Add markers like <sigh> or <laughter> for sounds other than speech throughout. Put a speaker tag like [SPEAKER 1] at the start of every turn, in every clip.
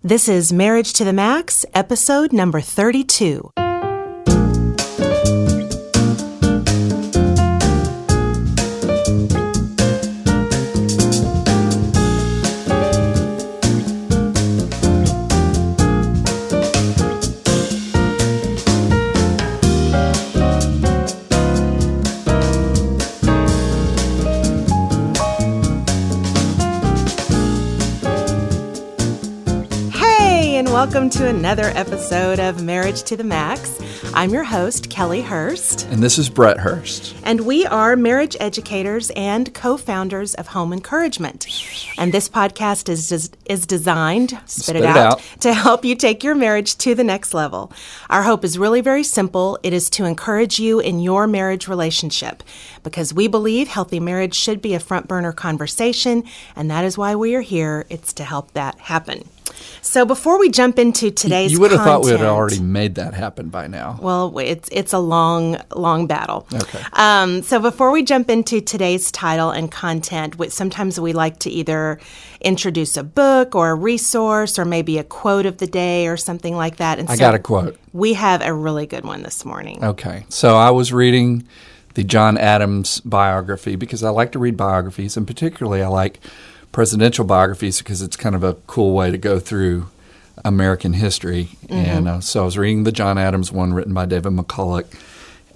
[SPEAKER 1] This is Marriage to the Max, episode number 32. Hey, and welcome to another episode of Marriage to the Max. I'm your host, Kelly Hurst,
[SPEAKER 2] And this is Brett Hurst.
[SPEAKER 1] and we are marriage educators and co founders of Home Encouragement. And this podcast is, des- is designed, spit,
[SPEAKER 2] it out.
[SPEAKER 1] to help you take your marriage to the next level. Our hope is really very simple it is to encourage you in your marriage relationship because we believe healthy marriage should be a front burner conversation, and that is why we are here. It's to help that happen. So before we jump into today's
[SPEAKER 2] you would have thought we had
[SPEAKER 1] content-
[SPEAKER 2] already made that happen by now.
[SPEAKER 1] well, it's it's a long, long battle.
[SPEAKER 2] Okay.
[SPEAKER 1] Um, so before we jump into today's title and content, which sometimes we like to either introduce a book or a resource or maybe a quote of the day or something like that. And
[SPEAKER 2] I got a quote.
[SPEAKER 1] We have a really good one this morning.
[SPEAKER 2] Okay. So I was reading the John Adams biography because I like to read biographies, and particularly I like presidential biographies because it's kind of a cool way to go through American history. And
[SPEAKER 1] Mm-hmm.
[SPEAKER 2] uh, so I was reading the John Adams one written by David McCulloch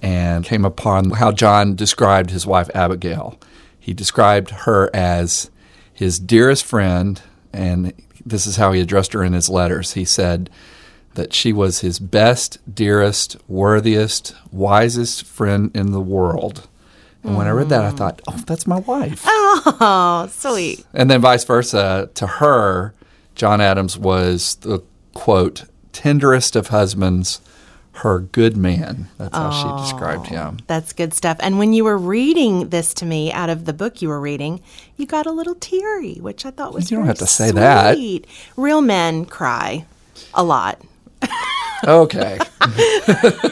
[SPEAKER 2] and came upon how John described his wife Abigail. He described her as his dearest friend, and this is how he addressed her in his letters. He said, that she was his best, dearest, worthiest, wisest friend in the world. And when I read that, I thought, oh, that's my wife.
[SPEAKER 1] Oh, sweet.
[SPEAKER 2] And then vice versa. To her, John Adams was the quote, tenderest of husbands, her good man. That's how she described him.
[SPEAKER 1] That's good stuff. And when you were reading this to me out of the book you were reading, you got a little teary, which I thought was
[SPEAKER 2] You don't
[SPEAKER 1] very
[SPEAKER 2] have to say that.
[SPEAKER 1] sweet. Real men cry a lot.
[SPEAKER 2] Okay. <laughs>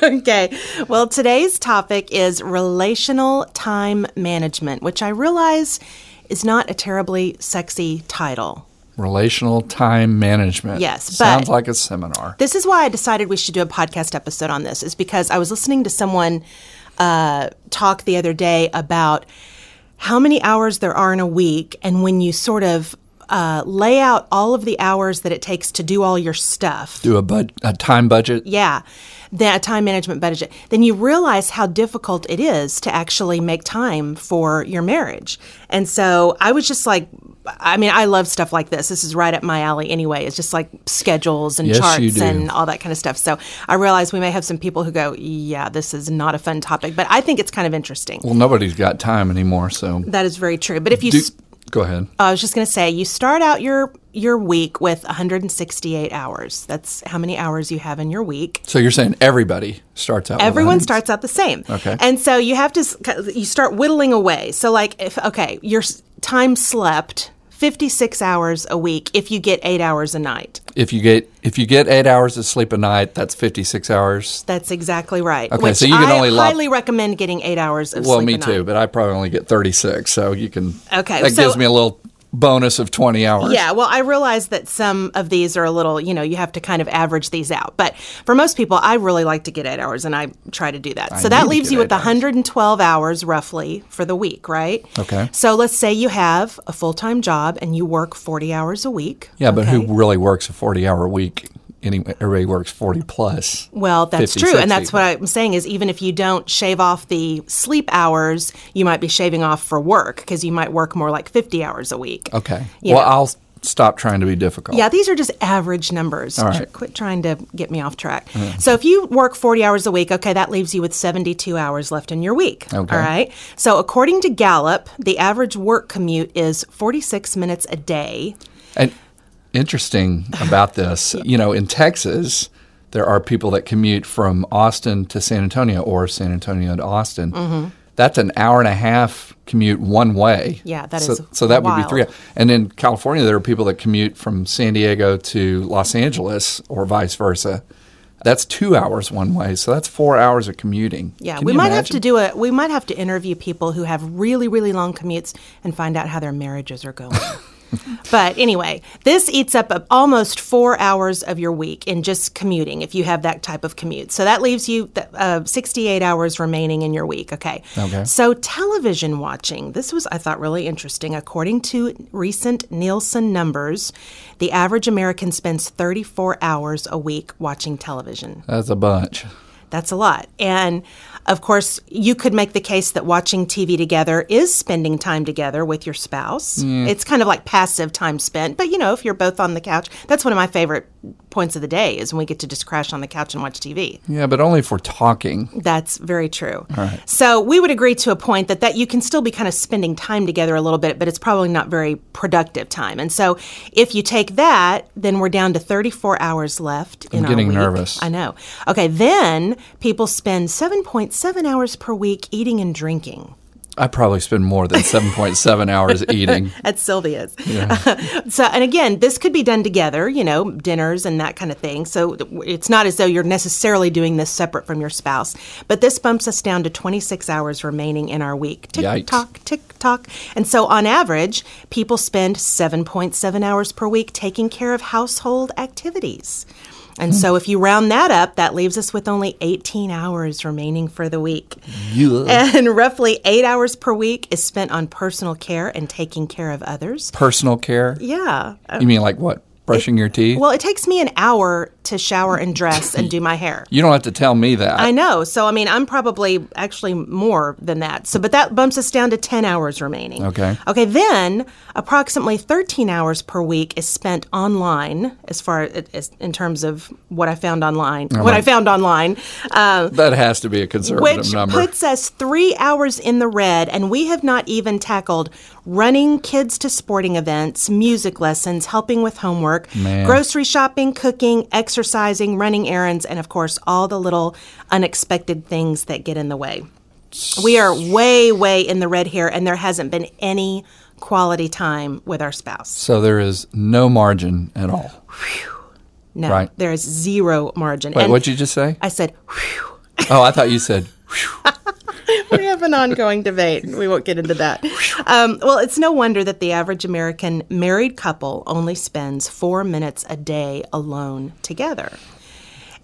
[SPEAKER 1] Okay. Well, today's topic is relational time management, which I realize is not a terribly sexy title.
[SPEAKER 2] Relational time management.
[SPEAKER 1] Yes, but-
[SPEAKER 2] Sounds like a seminar.
[SPEAKER 1] This is why I decided we should do a podcast episode on this, is because I was listening to someone uh, talk the other day about how many hours there are in a week, and when you sort of uh, lay out all of the hours that it takes to do all your stuff.
[SPEAKER 2] Do a, bud- a time budget.
[SPEAKER 1] yeah that time management budget then you realize how difficult it is to actually make time for your marriage and so i was just like i mean i love stuff like this this is right up my alley anyway it's just like schedules and
[SPEAKER 2] Yes, you
[SPEAKER 1] charts
[SPEAKER 2] do.
[SPEAKER 1] and all that kind of stuff so i realize we may have some people who go yeah this is not a fun topic but i think it's kind of interesting
[SPEAKER 2] Well, nobody's got time anymore, so.
[SPEAKER 1] that is very true but if you
[SPEAKER 2] Do-
[SPEAKER 1] s-
[SPEAKER 2] go ahead.
[SPEAKER 1] I was just going to say, you start out your your week with 168 hours. That's how many hours you have in your week.
[SPEAKER 2] So you're saying everybody starts out. with
[SPEAKER 1] everyone
[SPEAKER 2] 100?
[SPEAKER 1] starts out the same.
[SPEAKER 2] Okay.
[SPEAKER 1] And so you have to s- you start whittling away. So like if okay, your s- time slept 56 hours a week if you get 8 hours a night.
[SPEAKER 2] If you get if you get eight hours of sleep a night, that's fifty six hours.
[SPEAKER 1] That's exactly right.
[SPEAKER 2] Okay,
[SPEAKER 1] which
[SPEAKER 2] so you can
[SPEAKER 1] I
[SPEAKER 2] only lop-
[SPEAKER 1] highly recommend getting 8 hours of
[SPEAKER 2] Well,
[SPEAKER 1] sleep
[SPEAKER 2] me
[SPEAKER 1] a night.
[SPEAKER 2] too, but I probably only get thirty six. So you can.
[SPEAKER 1] Okay,
[SPEAKER 2] That
[SPEAKER 1] so-
[SPEAKER 2] gives me a little bonus of twenty hours.
[SPEAKER 1] Yeah, well, I realize that some of these are a little, you know, you have to kind of average these out. But for most people, I really like to get eight hours and I try to do that. so
[SPEAKER 2] need
[SPEAKER 1] that
[SPEAKER 2] to
[SPEAKER 1] leaves
[SPEAKER 2] get
[SPEAKER 1] you with
[SPEAKER 2] eight hours.
[SPEAKER 1] 112 hours roughly for the week, right?
[SPEAKER 2] Okay.
[SPEAKER 1] So let's say you have a full time job and you work 40 hours a week.
[SPEAKER 2] Yeah, but
[SPEAKER 1] okay?
[SPEAKER 2] who really works a forty hour week? Anyway, everybody works forty plus.
[SPEAKER 1] Well, that's
[SPEAKER 2] 50,
[SPEAKER 1] true. And that's
[SPEAKER 2] 60.
[SPEAKER 1] what I'm saying is even if you don't shave off the sleep hours, you might be shaving off for work because you might work more like 50 hours a week.
[SPEAKER 2] Okay.
[SPEAKER 1] You
[SPEAKER 2] well,
[SPEAKER 1] know.
[SPEAKER 2] I'll s- stop trying to be difficult.
[SPEAKER 1] Yeah, these are just average numbers.
[SPEAKER 2] All
[SPEAKER 1] Tr-
[SPEAKER 2] right.
[SPEAKER 1] Quit trying to get me off track. So if you work 40 hours a week, okay, that leaves you with 72 hours left in your week.
[SPEAKER 2] Okay.
[SPEAKER 1] All right. So according to Gallup, the average work commute is 46 minutes a day.
[SPEAKER 2] And interesting
[SPEAKER 1] <laughs>
[SPEAKER 2] about this, you know, in Texas, there are people that commute from Austin to San Antonio or San Antonio to Austin.
[SPEAKER 1] Mm-hmm.
[SPEAKER 2] That's an hour and a half commute one way.
[SPEAKER 1] Yeah, that
[SPEAKER 2] so,
[SPEAKER 1] is
[SPEAKER 2] So that would
[SPEAKER 1] wild.
[SPEAKER 2] be three. And in California, there are people that commute from San Diego to Los Angeles or vice versa. That's two hours one way. So that's four hours of commuting.
[SPEAKER 1] Yeah,
[SPEAKER 2] Can
[SPEAKER 1] we
[SPEAKER 2] you
[SPEAKER 1] might have
[SPEAKER 2] imagine?
[SPEAKER 1] to do a we
[SPEAKER 2] <laughs>
[SPEAKER 1] might have to interview people who have really really long commutes and find out how their marriages are going. but anyway, this eats up a- almost four hours of your week in just commuting if you have that type of commute. So that leaves you th- uh, 68 hours remaining in your week. Okay.
[SPEAKER 2] Okay.
[SPEAKER 1] So television watching. This was, I thought, really interesting. According to recent Nielsen numbers, the average American spends 34 hours a week watching television.
[SPEAKER 2] That's a bunch.
[SPEAKER 1] That's a lot. And of course, you could make the case that watching TV together is spending time together with your spouse. It's kind of like passive time spent, but you know, if you're both on the couch, that's one of my favorite points of the day is when we get to just crash on the couch and watch TV.
[SPEAKER 2] Yeah, but only if we're talking.
[SPEAKER 1] That's very true. So we would agree to a point that that you can still be kind of spending time together a little bit, but it's probably not very productive time. And so if you take that, then we're down to 34 hours left. In
[SPEAKER 2] I'm getting
[SPEAKER 1] our week.
[SPEAKER 2] nervous.
[SPEAKER 1] I know. Okay, then people spend 7.7 hours per week eating and drinking.
[SPEAKER 2] I probably spend
[SPEAKER 1] <laughs>
[SPEAKER 2] more than 7.7 hours eating.
[SPEAKER 1] At Sylvia's. <laughs> so, and again, this could be done together, you know, dinners and that kind of thing. So it's not as though you're necessarily doing this separate from your spouse. But this bumps us down to 26 hours remaining in our week. Tick
[SPEAKER 2] Yikes.
[SPEAKER 1] tock, tick tock. And so, on average, people spend 7.7 hours per week taking care of household activities. And so, if you round that up, that leaves us with only 18 hours remaining for the week.
[SPEAKER 2] Yeah.
[SPEAKER 1] And roughly eight hours per week is spent on personal care and taking care of others.
[SPEAKER 2] Personal care?
[SPEAKER 1] Yeah. Uh,
[SPEAKER 2] You mean like what? Brushing your teeth?
[SPEAKER 1] Well, it takes me an hour to shower and dress and do my hair.
[SPEAKER 2] you don't have to tell me that.
[SPEAKER 1] I know. So, I mean, I'm probably actually more than that. So, but that bumps us down to 10 hours remaining.
[SPEAKER 2] Okay.
[SPEAKER 1] Okay. Then, approximately 13 hours per week is spent online, as far as in terms of what I found online. What I found online. Uh,
[SPEAKER 2] that has to be a conservative
[SPEAKER 1] which
[SPEAKER 2] number.
[SPEAKER 1] puts us three hours in the red, and we have not even tackled running kids to sporting events, music lessons, helping with homework,
[SPEAKER 2] Man.
[SPEAKER 1] grocery shopping, cooking, exercising, running errands, and of course, all the little unexpected things that get in the way. We are way, way in the red here, and there hasn't been any quality time with our spouse.
[SPEAKER 2] so there is no margin at all.
[SPEAKER 1] No,
[SPEAKER 2] Right.
[SPEAKER 1] there is zero margin.
[SPEAKER 2] Wait,
[SPEAKER 1] and
[SPEAKER 2] what'd you just say?
[SPEAKER 1] I said, whew.
[SPEAKER 2] oh, I thought you said
[SPEAKER 1] we have an ongoing debate. We won't get into that. Um, well, it's no wonder that the average American married couple only spends four minutes a day alone together.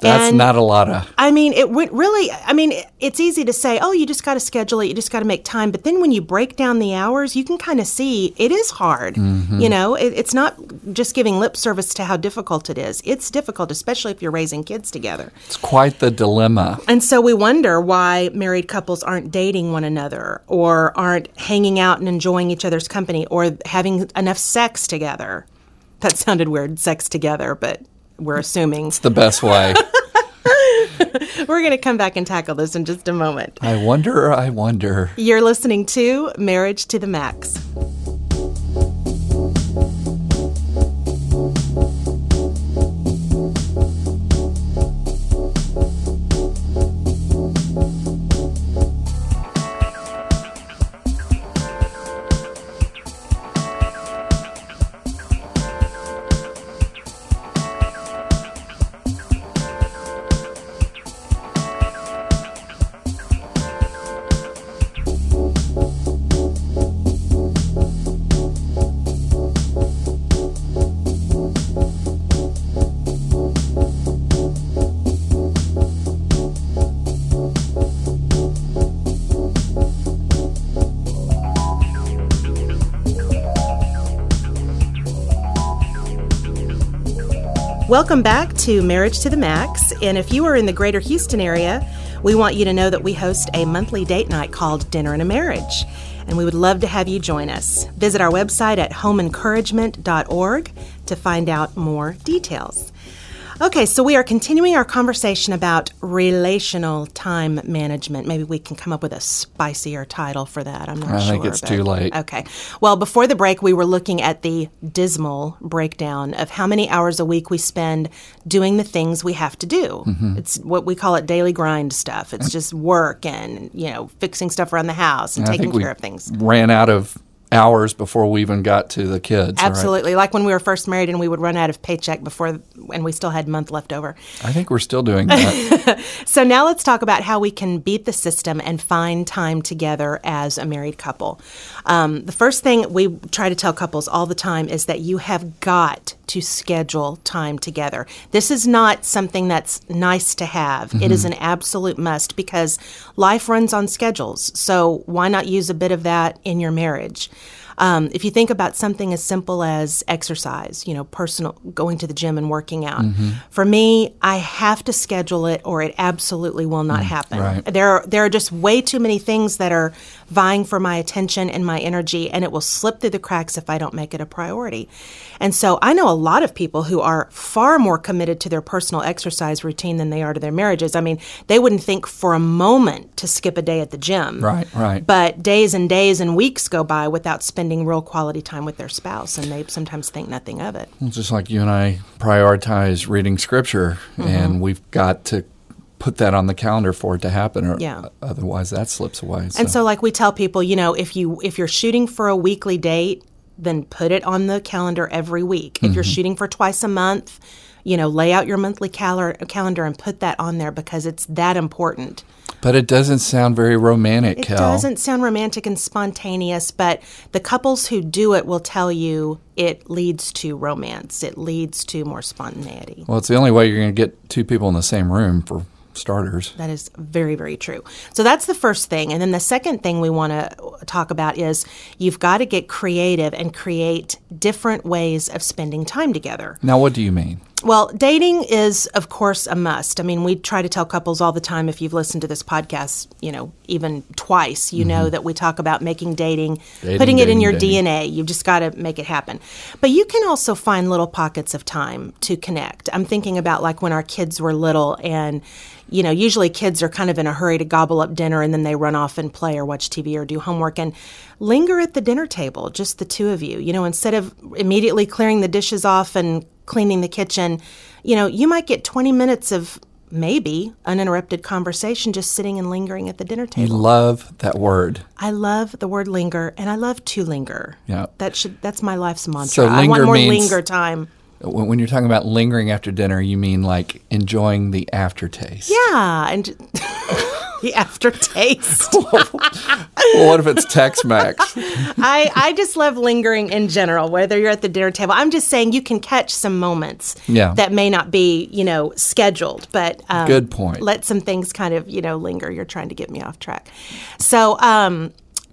[SPEAKER 2] that's
[SPEAKER 1] And-
[SPEAKER 2] not a lot of.
[SPEAKER 1] I mean, it would really, I mean, it- it's easy to say, oh, you just got to schedule it, you just got to make time. But then when you break down the hours, you can kind of see it is hard.
[SPEAKER 2] Mm-hmm.
[SPEAKER 1] You know, it, it's not just giving lip service to how difficult it is. It's difficult, especially if you're raising kids together.
[SPEAKER 2] It's quite the dilemma.
[SPEAKER 1] And so we wonder why married couples aren't dating one another or aren't hanging out and enjoying each other's company or having enough sex together. That sounded weird, sex together, but we're assuming.
[SPEAKER 2] The
[SPEAKER 1] <laughs>
[SPEAKER 2] best way.
[SPEAKER 1] We're going to come back and tackle this in just a moment.
[SPEAKER 2] I wonder, I wonder.
[SPEAKER 1] You're listening to Marriage to the Max. Welcome back to Marriage to the Max. And if you are in the greater Houston area, we want you to know that we host a monthly date night called Dinner and a Marriage. And we would love to have you join us. Visit our website at homeencouragement.org to find out more details. Okay, so we are continuing our conversation about relational time management. Maybe we can come up with a spicier title for that. I'm not
[SPEAKER 2] I
[SPEAKER 1] sure.
[SPEAKER 2] think it's
[SPEAKER 1] but-
[SPEAKER 2] too late.
[SPEAKER 1] Okay. Well, before the break, we were looking at the dismal breakdown of how many hours a week we spend doing the things we have to do.
[SPEAKER 2] Mm-hmm.
[SPEAKER 1] It's what we call it daily grind stuff. It's just work and, you know, fixing stuff around the house and
[SPEAKER 2] I
[SPEAKER 1] taking
[SPEAKER 2] think we
[SPEAKER 1] care of things.
[SPEAKER 2] ran out of hours before we even got to the kids. right?
[SPEAKER 1] Absolutely. Like when we were first married and we would run out of paycheck before, and we still had a month left over.
[SPEAKER 2] I think we're still doing that.
[SPEAKER 1] So now let's talk about how we can beat the system and find time together as a married couple. Um, the first thing we try to tell couples all the time is that you have got to schedule time together. This is not something that's nice to have. It is an absolute must because life runs on schedules. So why not use a bit of that in your marriage? Um, if you think about something as simple as exercise, you know, personal going to the gym and working out,
[SPEAKER 2] Mm-hmm.
[SPEAKER 1] for me, I have to schedule it or it absolutely will not happen.
[SPEAKER 2] Mm, right.
[SPEAKER 1] There, are, there are just way too many things that are vying for my attention and my energy, and it will slip through the cracks if I don't make it a priority. And so I know a lot of people who are far more committed to their personal exercise routine than they are to their marriages. I mean, they wouldn't think for a moment to skip a day at the gym.
[SPEAKER 2] right, right.
[SPEAKER 1] But days and days and weeks go by without spending real quality time with their spouse, and they sometimes think nothing of it.
[SPEAKER 2] Well, just like you and I prioritize reading scripture,
[SPEAKER 1] Mm-hmm.
[SPEAKER 2] and we've got to put that on the calendar for it to happen, or
[SPEAKER 1] Yeah.
[SPEAKER 2] otherwise that slips away. So.
[SPEAKER 1] And so, like we tell people, you know, if you if you're shooting for a weekly date, then put it on the calendar every week. If you're shooting for twice a month, you know, lay out your monthly calor- calendar and put that on there because it's that important.
[SPEAKER 2] but it doesn't sound very romantic,
[SPEAKER 1] It
[SPEAKER 2] Cal.
[SPEAKER 1] doesn't sound romantic and spontaneous, but the couples who do it will tell you it leads to romance. It leads to more spontaneity.
[SPEAKER 2] Well, it's the only way you're going to get two people in the same room for starters.
[SPEAKER 1] That is very, very true. So that's the first thing. And then the second thing we want to talk about is you've got to get creative and create different ways of spending time together.
[SPEAKER 2] Now, what do you mean?
[SPEAKER 1] Well, dating is, of course, a must. I mean, we try to tell couples all the time if you've listened to this podcast, you know, even twice, you know that we talk about making dating,
[SPEAKER 2] Mm-hmm. Dating,
[SPEAKER 1] putting it in
[SPEAKER 2] dating,
[SPEAKER 1] your
[SPEAKER 2] dating.
[SPEAKER 1] DNA. You've just got to make it happen. But you can also find little pockets of time to connect. I'm thinking about like when our kids were little and you know, usually kids are kind of in a hurry to gobble up dinner and then they run off and play or watch TV or do homework and linger at the dinner table, just the two of you. You know, instead of immediately clearing the dishes off and cleaning the kitchen, you know, you might get 20 minutes of maybe uninterrupted conversation just sitting and lingering at the dinner
[SPEAKER 2] I
[SPEAKER 1] table.
[SPEAKER 2] love that word.
[SPEAKER 1] I love the word linger and I love to linger.
[SPEAKER 2] Yeah.
[SPEAKER 1] That should that's my life's mantra.
[SPEAKER 2] So
[SPEAKER 1] I want
[SPEAKER 2] linger
[SPEAKER 1] more
[SPEAKER 2] means-
[SPEAKER 1] linger time.
[SPEAKER 2] When when you're talking about lingering after dinner, you mean like enjoying the
[SPEAKER 1] <laughs>
[SPEAKER 2] aftertaste.
[SPEAKER 1] Yeah, and the aftertaste.
[SPEAKER 2] Well, what if it's
[SPEAKER 1] <laughs>
[SPEAKER 2] Tex Mex?
[SPEAKER 1] Um, I, I just love lingering in general, whether you're at the dinner table. I'm just saying you can catch some moments
[SPEAKER 2] Yeah.
[SPEAKER 1] that may not be, you know, scheduled, but um,
[SPEAKER 2] Good point.
[SPEAKER 1] Let some things kind of, you know, linger. You're trying to get me off track. So, um,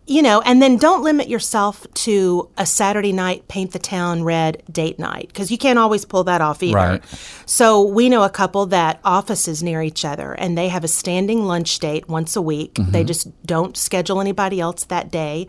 [SPEAKER 1] you know, and then don't limit yourself to a Saturday night paint the town red date night because you can't always pull that off either.
[SPEAKER 2] Right.
[SPEAKER 1] So we know a couple that offices near each other and they have a standing lunch date once a week.
[SPEAKER 2] Mm-hmm.
[SPEAKER 1] They just don't schedule anybody else that day.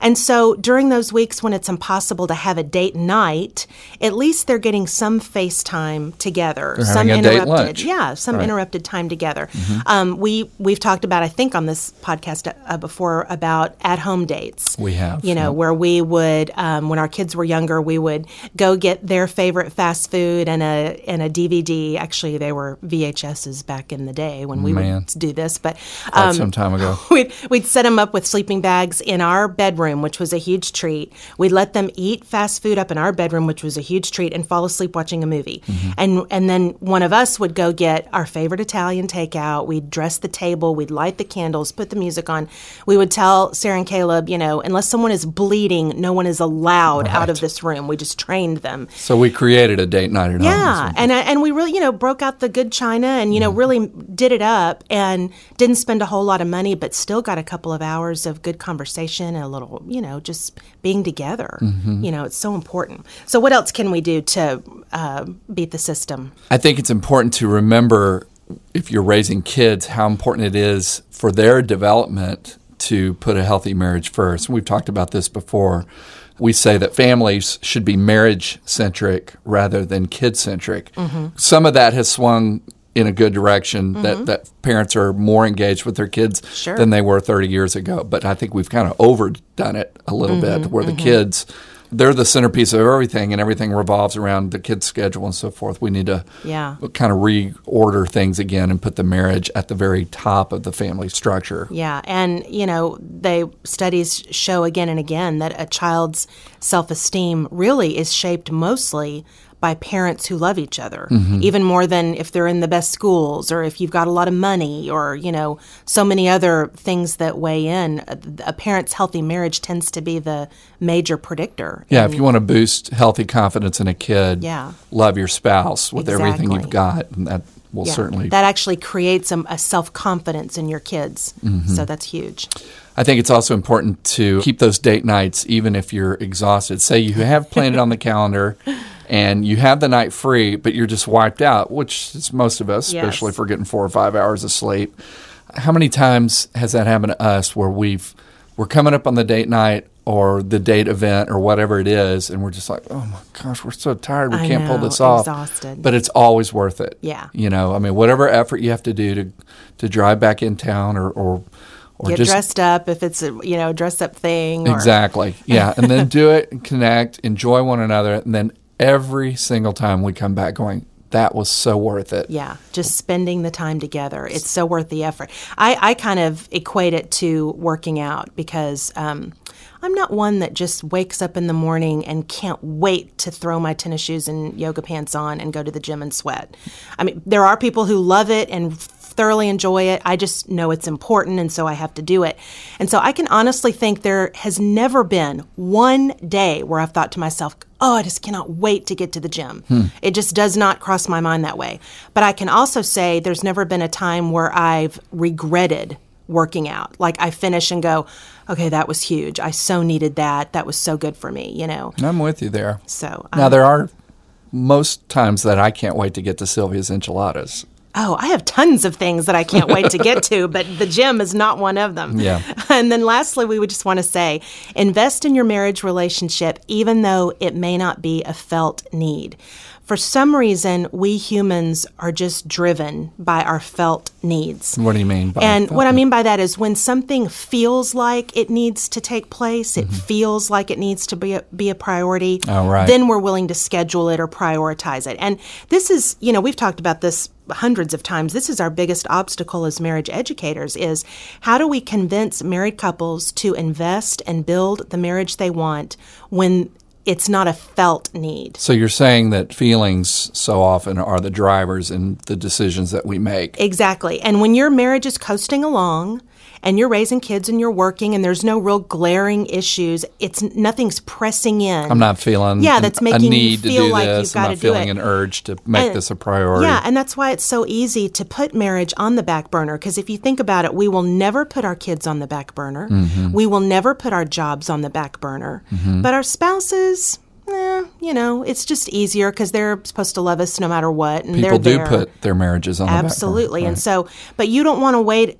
[SPEAKER 1] And so during those weeks when it's impossible to have a date night, at least they're getting some FaceTime together, some
[SPEAKER 2] having a date
[SPEAKER 1] interrupted.
[SPEAKER 2] lunch.
[SPEAKER 1] Yeah, some interrupted time together.
[SPEAKER 2] Mm-hmm.
[SPEAKER 1] Um, we we've talked about I think on this podcast uh, before about at-home dates.
[SPEAKER 2] We have,
[SPEAKER 1] You know,
[SPEAKER 2] yeah.
[SPEAKER 1] where we would, um, when our kids were younger, we would go get their favorite fast food and a and a DVD. Actually, they were VHSs back in the day when we
[SPEAKER 2] Man.
[SPEAKER 1] would do this, but
[SPEAKER 2] Quite some time ago.
[SPEAKER 1] <laughs> we'd, we'd set them up with sleeping bags in our bedroom, which was a huge treat. We'd let them eat fast food up in our bedroom, which was a huge treat, and fall asleep watching a movie. And and then one of us would go get our favorite Italian takeout. We'd dress the table, we'd light the candles, put the music on. We would tell Sarah and Caleb, you know, unless someone is bleeding, no one is allowed out of this room. We just trained them.
[SPEAKER 2] So we created a date night at
[SPEAKER 1] Yeah,
[SPEAKER 2] home.
[SPEAKER 1] and I- and we really you know broke out the good china and you know really did it up and didn't spend a whole lot of money, but still got a couple of hours of good conversation and a little you know just being together. You know, it's so important. So what else can we do to uh, beat the system?
[SPEAKER 2] I think it's important to remember if you're raising kids how important it is for their development to put a healthy marriage first. We've talked about this before. We say that families should be marriage centric rather than kid centric. Some of that has swung in a good direction that, that parents are more engaged with their kids
[SPEAKER 1] Sure.
[SPEAKER 2] than they were 30 years ago. But I think we've kind of overdone it a little bit where the kids they're the centerpiece of everything, and everything revolves around the kid's schedule and so forth. We need to
[SPEAKER 1] Yeah.
[SPEAKER 2] kind of reorder things again and put the marriage at the very top of the family structure.
[SPEAKER 1] Yeah, and you know, they studies show again and again that a child's self-esteem really is shaped mostly by parents who love each other,
[SPEAKER 2] Mm-hmm.
[SPEAKER 1] even more than if they're in the best schools or if you've got a lot of money or, you know, so many other things that weigh in. A, a parent's healthy marriage tends to be the major predictor.
[SPEAKER 2] Yeah, if you want to boost healthy confidence in a kid,
[SPEAKER 1] Yeah.
[SPEAKER 2] love your spouse with everything
[SPEAKER 1] Exactly.
[SPEAKER 2] you've got, and that will
[SPEAKER 1] Yeah,
[SPEAKER 2] certainly.
[SPEAKER 1] that actually creates a, a self-confidence in your kids.
[SPEAKER 2] Mm-hmm.
[SPEAKER 1] So that's huge.
[SPEAKER 2] I think it's also important to keep those date nights, even if you're exhausted. Say you have planned it on
[SPEAKER 1] <laughs>
[SPEAKER 2] the calendar, and you have the night free, but you're just wiped out, which is most of us,
[SPEAKER 1] Yes.
[SPEAKER 2] especially if we're getting four or five hours of sleep. How many times has that happened to us where we've we're coming up on the date night? Or the date event, or whatever it is, and we're just like, oh my gosh, we're so tired, we
[SPEAKER 1] I
[SPEAKER 2] can't pull
[SPEAKER 1] know,
[SPEAKER 2] this off.
[SPEAKER 1] exhausted.
[SPEAKER 2] But it's always worth it.
[SPEAKER 1] Yeah.
[SPEAKER 2] you know, I mean, whatever effort you have to do to to drive back in town, or or, or
[SPEAKER 1] Get
[SPEAKER 2] just
[SPEAKER 1] dressed up if it's a, you know, dress up thing or
[SPEAKER 2] Exactly. Yeah. And then do it <laughs> and connect, enjoy one another. And then every single time we come back going, that was so worth it.
[SPEAKER 1] Yeah, just spending the time together. It's so worth the effort. I, I kind of equate it to working out because um, I'm not one that just wakes up in the morning and can't wait to throw my tennis shoes and yoga pants on and go to the gym and sweat. I mean, there are people who love it and thoroughly enjoy it. I just know it's important and so I have to do it. And so I can honestly think there has never been one day where I've thought to myself, oh, I just cannot wait to get to the gym. It just does not cross my mind that way. But I can also say there's never been a time where I've regretted working out. Like I finish and go, okay, that was huge. I so needed that. That was so good for me, you know?
[SPEAKER 2] And I'm with you there.
[SPEAKER 1] So,
[SPEAKER 2] Now,
[SPEAKER 1] um,
[SPEAKER 2] there are most times that I can't wait to get to Sylvia's enchiladas.
[SPEAKER 1] oh, I have tons of things that I can't wait to get to, but the gym is not one of them.
[SPEAKER 2] Yeah.
[SPEAKER 1] <laughs> And then lastly, we would just want to say invest in your marriage relationship, even though it may not be a felt need. For some reason, we humans are just driven by our felt needs.
[SPEAKER 2] What do you mean by
[SPEAKER 1] And
[SPEAKER 2] felt
[SPEAKER 1] what I mean by that is when something feels like it needs to take place, it feels like it needs to be a, be a priority,
[SPEAKER 2] Mm-hmm. Oh, right.
[SPEAKER 1] then we're willing to schedule it or prioritize it. And this is, you know, we've talked about this hundreds of times. This is our biggest obstacle as marriage educators is how do we convince married couples to invest and build the marriage they want when it's not a felt need?
[SPEAKER 2] So you're saying that feelings so often are the drivers in the decisions that we make.
[SPEAKER 1] Exactly. And when your marriage is coasting along and you're raising kids and you're working and there's no real glaring issues, it's nothing's pressing in.
[SPEAKER 2] I'm not feeling
[SPEAKER 1] Yeah, that's
[SPEAKER 2] an- a
[SPEAKER 1] making you
[SPEAKER 2] need to
[SPEAKER 1] feel
[SPEAKER 2] do
[SPEAKER 1] like
[SPEAKER 2] this.
[SPEAKER 1] you've
[SPEAKER 2] I'm
[SPEAKER 1] gotta
[SPEAKER 2] not
[SPEAKER 1] do
[SPEAKER 2] feeling
[SPEAKER 1] it.
[SPEAKER 2] an urge to make
[SPEAKER 1] And-
[SPEAKER 2] this a priority.
[SPEAKER 1] Yeah, and that's why it's so easy to put marriage on the back burner. Because if you think about it, we will never put our kids on the back burner.
[SPEAKER 2] Mm-hmm.
[SPEAKER 1] We will never put our jobs on the back burner. But our spouses, eh, you know, it's just easier because they're supposed to love us no matter what, and
[SPEAKER 2] People
[SPEAKER 1] they're
[SPEAKER 2] do
[SPEAKER 1] there.
[SPEAKER 2] put their marriages on
[SPEAKER 1] Absolutely. And so, but you don't want to wait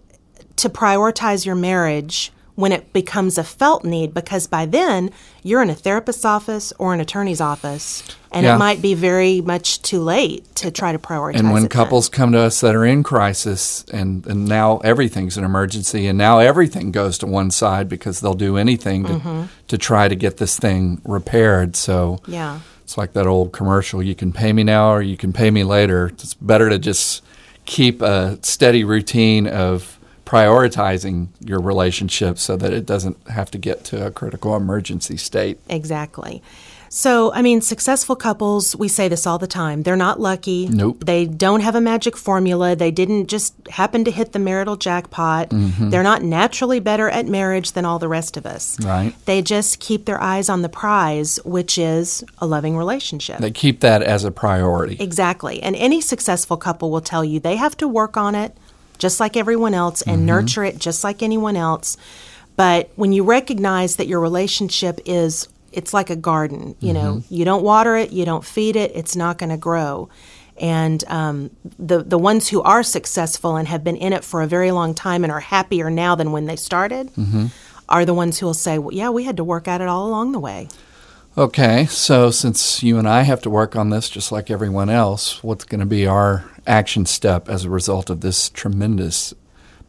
[SPEAKER 1] to prioritize your marriage when it becomes a felt need because by then you're in a therapist's office or an attorney's office and
[SPEAKER 2] Yeah.
[SPEAKER 1] it might be very much too late to try to prioritize
[SPEAKER 2] And when
[SPEAKER 1] it then.
[SPEAKER 2] couples come to us that are in crisis, and, and now everything's an emergency, and now everything goes to one side because they'll do anything to, to try to get this thing repaired. So
[SPEAKER 1] Yeah.
[SPEAKER 2] it's like that old commercial: you can pay me now, or you can pay me later. It's better to just keep a steady routine of prioritizing your relationship so that it doesn't have to get to a critical emergency state.
[SPEAKER 1] Exactly. So, I mean, successful couples, we say this all the time, they're not lucky.
[SPEAKER 2] Nope.
[SPEAKER 1] They don't have a magic formula. They didn't just happen to hit the marital jackpot.
[SPEAKER 2] Mm-hmm.
[SPEAKER 1] They're not naturally better at marriage than all the rest of us.
[SPEAKER 2] Right.
[SPEAKER 1] They just keep their eyes on the prize, which is a loving relationship.
[SPEAKER 2] They keep that as a priority.
[SPEAKER 1] Exactly. And any successful couple will tell you they have to work on it just like everyone else and nurture it just like anyone else. But when you recognize that your relationship is it's like a garden, you know, you don't water it, you don't feed it, it's not going to grow. And um, the the ones who are successful and have been in it for a very long time and are happier now than when they started are the ones who will say, "Well, yeah, we had to work at it all along the way." <laughs>
[SPEAKER 2] Okay, so since you and I have to work on this just like everyone else, what's going to be our action step as a result of this tremendous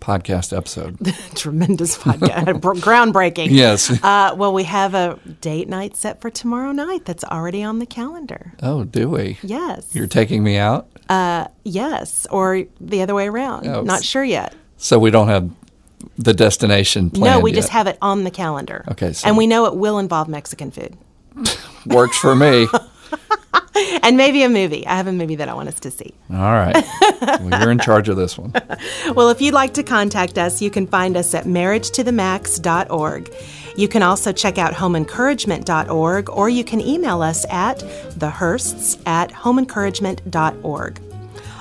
[SPEAKER 2] podcast episode.
[SPEAKER 1] <laughs> Tremendous podcast, <laughs> groundbreaking.
[SPEAKER 2] Yes.
[SPEAKER 1] <laughs> Uh, well, we have a date night set for tomorrow night. That's already on the calendar.
[SPEAKER 2] Oh, do we?
[SPEAKER 1] Yes.
[SPEAKER 2] You're taking me out?
[SPEAKER 1] yes, or the other way around.
[SPEAKER 2] Oh.
[SPEAKER 1] Not sure yet.
[SPEAKER 2] So we don't have the destination planned
[SPEAKER 1] No, we just
[SPEAKER 2] yet.
[SPEAKER 1] have it on the calendar.
[SPEAKER 2] Okay, so-
[SPEAKER 1] and we know it will involve Mexican food
[SPEAKER 2] Works
[SPEAKER 1] <laughs>
[SPEAKER 2] for me. All
[SPEAKER 1] and maybe a movie. I have a movie that I want us to see.
[SPEAKER 2] right. Well, you're in charge of this one.
[SPEAKER 1] Well, if you'd like to contact us, you can find us at marriagetothemax.org. You can also check out homeencouragement.org or you can email us at thehursts at homeencouragement.org.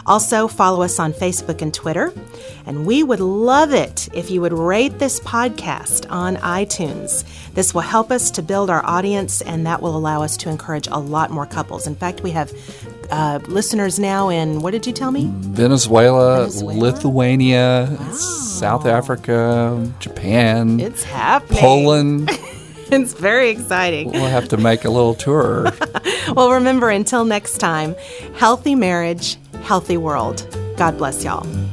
[SPEAKER 1] Also, follow us on Facebook and Twitter. And we would love it if you would rate this podcast on iTunes. This will help us to build our audience and that will allow us to encourage a lot more couples. In fact, we have uh, listeners now in, what did you tell me?
[SPEAKER 2] Venezuela,
[SPEAKER 1] Venezuela?
[SPEAKER 2] Lithuania, South Africa, Japan,
[SPEAKER 1] It's happening.
[SPEAKER 2] Poland.
[SPEAKER 1] It's very exciting.
[SPEAKER 2] We'll have to make a little tour.
[SPEAKER 1] Well, remember, until next time, healthy marriage, healthy world. God bless y'all.